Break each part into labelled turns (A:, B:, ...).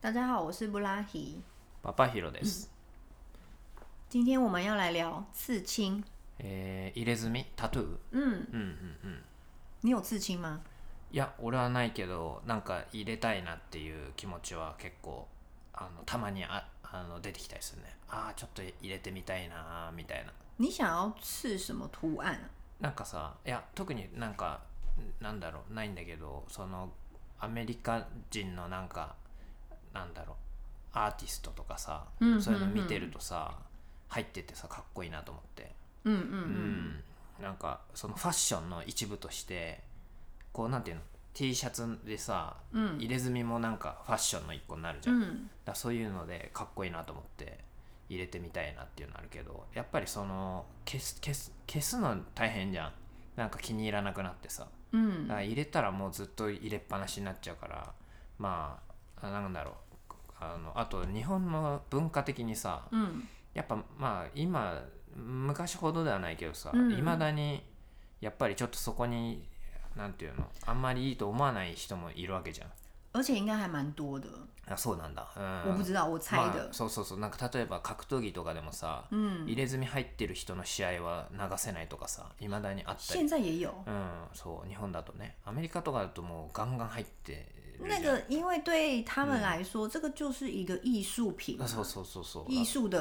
A: 大家好，我是布拉希。
B: パパヒロです。
A: 今天我们要来聊刺青。
B: えー入れ墨タトゥー
A: 嗯
B: うんうんうん。
A: 你有刺青吗？
B: いや、俺はないけど、なんか入れたいなっていう気持ちは結構、あのたまにああの出てきたりするね。ああ、ちょっと入れてみたいなーみたいな。
A: 你想要刺什么图案啊？
B: なんかさ、いや、特になんか、なんだろう、ないんだけど、その、アメリカ人のなんか、なんだろう、アーティストとかさ、
A: うん
B: そういうの
A: うんうん
B: 見てるとさ、入っててさ、かっこいいなと思って。
A: 嗯嗯嗯
B: うんなんかそのファッションの一部としてこうなんていうの T シャツでさ、
A: うん
B: 入れ墨もなんかファッションの一個になるじゃん、だか
A: 嗯
B: らそういうのでかっこいいなと思って入れてみたいなっていうのあるけどやっぱりその消す消す消すの大変じゃんなんか気に入らなくなってさだか
A: 嗯
B: ら入れたらもうずっと入れっぱなしになっちゃうからまあなんだろうあのあと日本の文化的にさ、
A: 嗯
B: やっぱまあ今昔ほどではないけどさい
A: うん
B: ま、未だにやっぱりちょっとそこになんていうのあんまりいいと思わない人もいるわけじゃん
A: 而且应该还蛮多的，
B: あそうなんだ、うん、
A: 我不知道，我猜
B: ま
A: 的
B: あ、。そうそうそうなんか例えば格闘技とかでもさ、入
A: 嗯，
B: れ墨入ってる人の試合は流せないとかさいまだにあった
A: 现
B: り
A: 在也有。
B: うんそう日本だとねアメリカとかだともうガンガン入ってるじゃ
A: 那
B: ん
A: 个，因为对他们来说，这个就是一个艺术品啊
B: あ、そうそうそうそう
A: 艺术的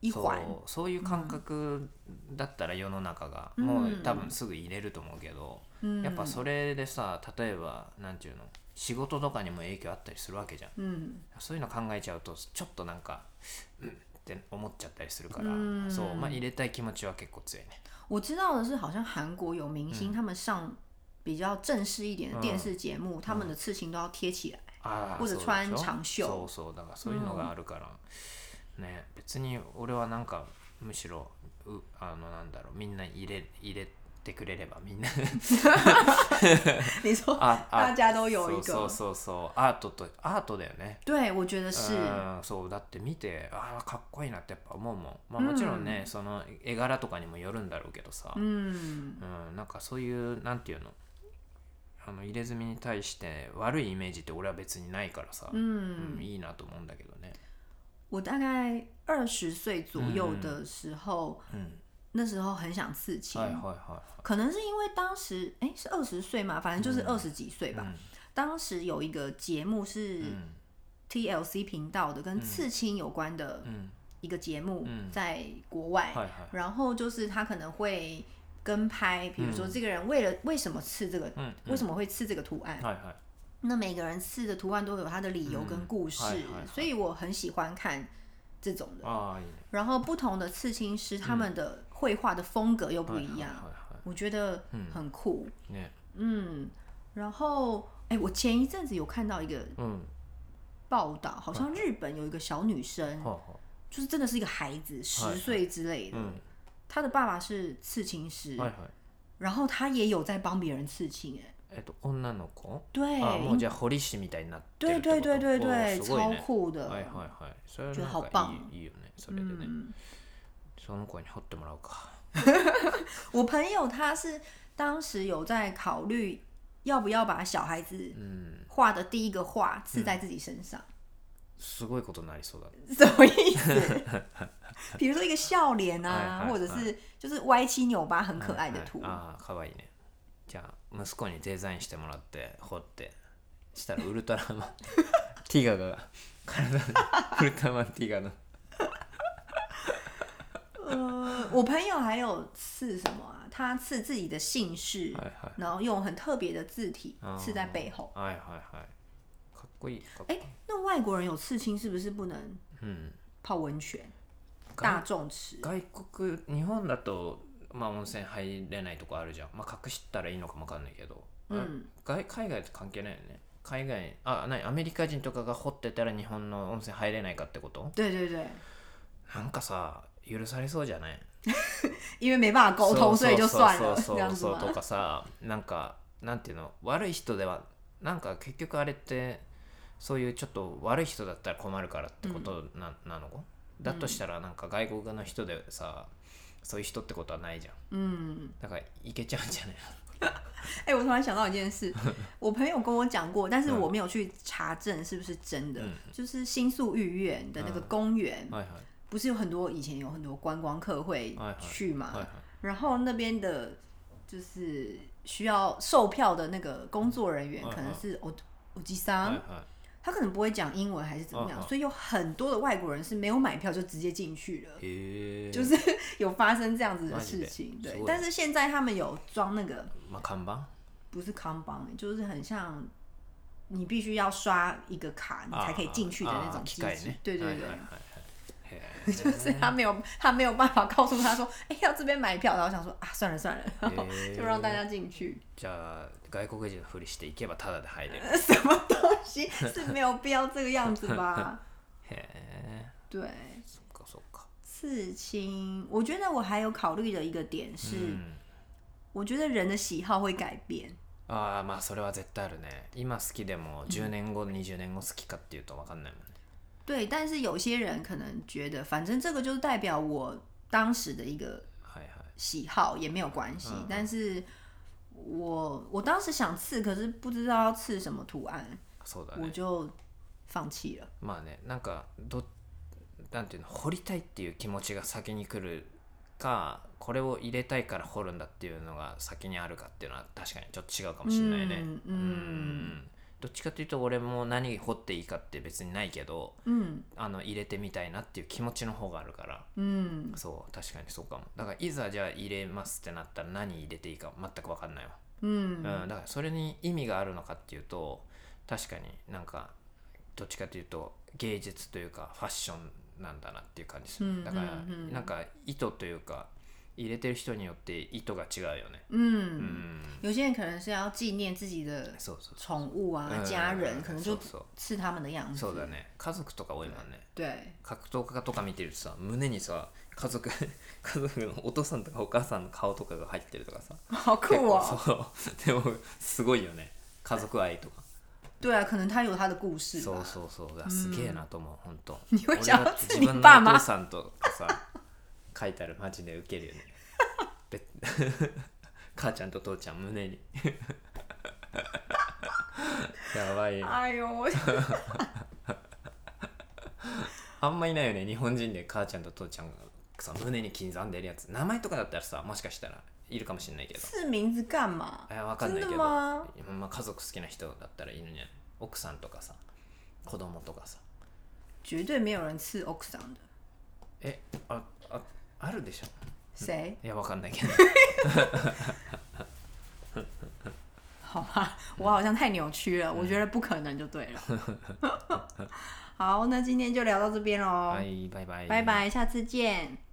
A: 一环。
B: そうそういう感覚だったら世の中が、
A: うん
B: もう多分すぐ入れると思うけど、
A: 嗯
B: やっぱそれでさ例えばなんていうの仕事とかにも影響あったりするわけじゃん
A: 嗯
B: そういうの考えちゃうとちょっとなんかうんって思っちゃったりするから、
A: うん
B: そうまあ入れたい気持ちは結構強いね
A: 我知道的是，好像韩国有明
B: 嗯
A: 星、他们上比较正式一点的电视节目，他们的刺青都要贴起来。
B: あー
A: 或者
B: そうでしょ
A: 穿長袖
B: そうそうだからそういうのがあるから、ね別に俺はなんかむしろうあのなんだろうみんな入れ入れてくれれば みんな
A: 你说，
B: ああ
A: 大家都有一个
B: そうそうそうそうアートとアートだよね
A: 对，我觉得是，
B: うんそうだって見てああかっこいいなってやっぱ思うもんまあもちろんね、その絵柄とかにもよるんだろうけどさ、
A: 嗯，
B: うんなんかそういうなんていうのあの入れ墨に対して悪いイメージって俺は別にないからさ、
A: 嗯
B: うんいいなと思うんだけどね
A: 我大概二十岁左右
B: 嗯
A: 的时候，
B: うん
A: 那时候很想刺青，
B: はいはいはい
A: 可能是因为当时哎、诶是二十岁嘛，反正就是二十几岁吧。
B: 嗯
A: 当时有一个节目是
B: 嗯
A: TLC 频道的，跟刺青有关的
B: うん
A: 一个节目，
B: 嗯
A: 在国外。
B: はいはい
A: 然后就是他可能会跟拍，比如说这个人为了、为什么刺这个，
B: 嗯嗯
A: 为什么会刺这个图案？
B: はいはい
A: 那每个人刺的图案都有他的理由跟故事，
B: 嗯嗯嗨嗨嗨
A: 所以我很喜欢看这种的。
B: ああいいね
A: 然后不同的刺青师他
B: 嗯
A: 们的绘画的风格又不一样，
B: はいは
A: 我觉得很酷。
B: いね
A: 嗯，然后哎、我前一阵子有看到一个
B: うん
A: 报道，好
B: 嗯
A: 像日本有一个小女生，
B: ほうほ
A: 就是真的是一个孩子，
B: 嗨
A: 十
B: 嗨嗯
A: 岁之类
B: う
A: 的，
B: う
A: 她的爸爸是刺青师
B: ん。はいはい
A: 然后他也有在帮别人刺青，哎，
B: えっと女の子
A: 对，
B: あもうじゃあ堀市みたいになって
A: 对
B: るってこと
A: 对对对对，
B: おーすごい
A: 超
B: ね
A: 酷的，
B: はいはいはいそれは
A: 觉得
B: な
A: 好
B: んか
A: 棒
B: いいいいよねそれでね、
A: 嗯，
B: その子に掘ってもらおうか
A: 我朋友他是当时有在考虑要不要把小孩子
B: うん
A: 画的第一个画刺在自己身上，
B: すごいことになりそうだ ね
A: 什么意思？ 比如说一个笑脸
B: 哎
A: 啊，
B: 哎
A: 或者是就是歪七扭八很可爱的图
B: はい。はいああかわいいねじゃあ息子にデザインしてもらって掘ってしたらウルトラマン ティガが体に ウルトラマンティガの
A: 呃，我朋友还有刺什么啊？他刺自己的姓氏
B: 哎哎，
A: 然后用很特别的字体
B: 哦
A: 刺在背后。
B: はいはいはいかっこいいかっこ
A: 哎
B: いい、
A: 那外国人有刺青是不是不能
B: うん
A: 泡温泉、
B: 外
A: 大众池？
B: 外国日本だとまあ温泉入れないとこあるじゃんまあ隠したらいいのかもわかんないけど、
A: うん
B: 外海外と関係ないよね海外あ何アメリカ人とかが掘ってたら日本の温泉入れないかってこと
A: 对对对，
B: なんかさ許されそうじゃない
A: 因为没办法沟通，所以就算了，
B: そうそう
A: 这
B: そ
A: 样
B: う
A: 子
B: そうと
A: 吗？
B: かさなんかなんていうの悪い人ではなんか結局あれってそういうちょっと悪い人だったら困るからってことな,、なのだとしたらなんか外国の人でさそういう人ってことはないじゃん
A: 嗯，
B: だからいけちゃうんじゃない
A: 哎、我突然想到一件 事，我朋友跟我讲过，但是我没有去查证是不是真的。
B: 嗯
A: 就是新宿御苑的那个公园，
B: はいはい
A: 不是有很多以前有很多观光客会
B: はいはい
A: 去嘛？
B: はいはい
A: 然后那边的，就是需要售票的那个工作人员，
B: 嗯
A: 可能是我我吉
B: はい
A: 桑，
B: は
A: 他可能不会讲英文还是怎么样，
B: 嗯嗯
A: 所以有很多的外国人是没有买票就直接进去了。
B: いへえ
A: 就是 有发生这样子的
B: マジ
A: 事
B: で
A: 情，对
B: すご。い
A: 但是现在他们有装那个
B: まあ看板
A: 不是康邦，欸就是很像你必须要刷一个卡，你才可以进去的那
B: あー
A: 种
B: 機
A: 机
B: 械
A: 制
B: ね。
A: 对对
B: はいはい
A: 对
B: はい。はいへ
A: 就是他没有，他没有办法告诉他说，哎、要这边买票，然后想说啊，算了算了， 然后
B: え
A: 就让大家进去。
B: じゃあ外国人のふりしていけばタダで入れるへ
A: 什么东西是没有必要这个样子吧？
B: え
A: 对，
B: そっかそっか
A: 刺青，我觉得我还有考虑的一个点
B: う
A: 是，
B: ん
A: 我觉得人的喜好会改变。
B: ああまあそれは絶対あるね今好きでも10年後20年後好きかっていうと分かんないもんね
A: 对，但是有些人可能觉得，反正这个就是代表我当时的一个
B: はいはい
A: 喜好，也没有关系。
B: 嗯嗯
A: 但是我我当时想刺，可是不知道要刺什么图案，
B: そうだ
A: 我
B: ね
A: 就放弃了。
B: まあねなんかどなんていうの掘りたいっていう気持ちが先に来るかこれを入れたいから掘るんだっていうのが先にあるかっていうのは確かにちょっと違うかもしれないね
A: うんうん嗯
B: んどっちかというと俺も何掘っていいかって別にないけど
A: 嗯
B: あの入れてみたいなっていう気持ちの方があるから
A: 嗯，
B: そう確かにそうかもだからいざじゃあ入れますってなったら何入れていいか全く分かんないわ
A: 嗯
B: うん、だからそれに意味があるのかっていうと確かになんかどっちかというと芸術というかファッションなんだなっていう感じす
A: うん
B: るだから
A: うんうん
B: なんか意図というか入れてる人によって意図が違うよねう
A: 嗯，
B: ん
A: 有些人可能是要纪念自己的
B: そうそう
A: 宠物啊、
B: 嗯
A: 家人，
B: 嗯
A: 可能就
B: そう
A: 刺他们的样子。
B: そうだね家族とか多いもんね
A: 对，
B: 格闘家とか見てるとさ胸にさ家族 家族のお父さんとかお母さんの顔とかが入ってるとかさ
A: 好酷
B: 結 構
A: 哦。
B: そうでもすごいよね家族愛とか
A: 对啊，可能他有他的故事
B: そう
A: 吧。
B: そうそういやすげえなと思う、ほんと
A: 你会想要
B: 俺だって
A: 刺
B: 自
A: 你
B: 分の
A: 爸
B: お
A: 妈
B: 父？さんとかさ書いてあるマジでウケるよねべ 母ちゃんと父ちゃん胸に やばいよ
A: 哎呦，我
B: あんまいないよね日本人で母ちゃんと父ちゃんがさ胸に刻んでるやつ名前とかだったらさもしかしたらいるかもしれないけど
A: 刺名字干 嘛？
B: えわかんないけ
A: 真
B: ど
A: 的吗？
B: まあ、家族好きな人だったらいいのに奥さんとかさ子供とかさ
A: 绝对没有人刺 o x 的。
B: えあああるでしょ
A: 谁？
B: いやわかんないけど
A: 好吧，我好像太扭曲了，我觉得不可能就对了。 好，那今天就聊到这边喽，
B: 哎はい、バイバイ。
A: 拜拜，下次见。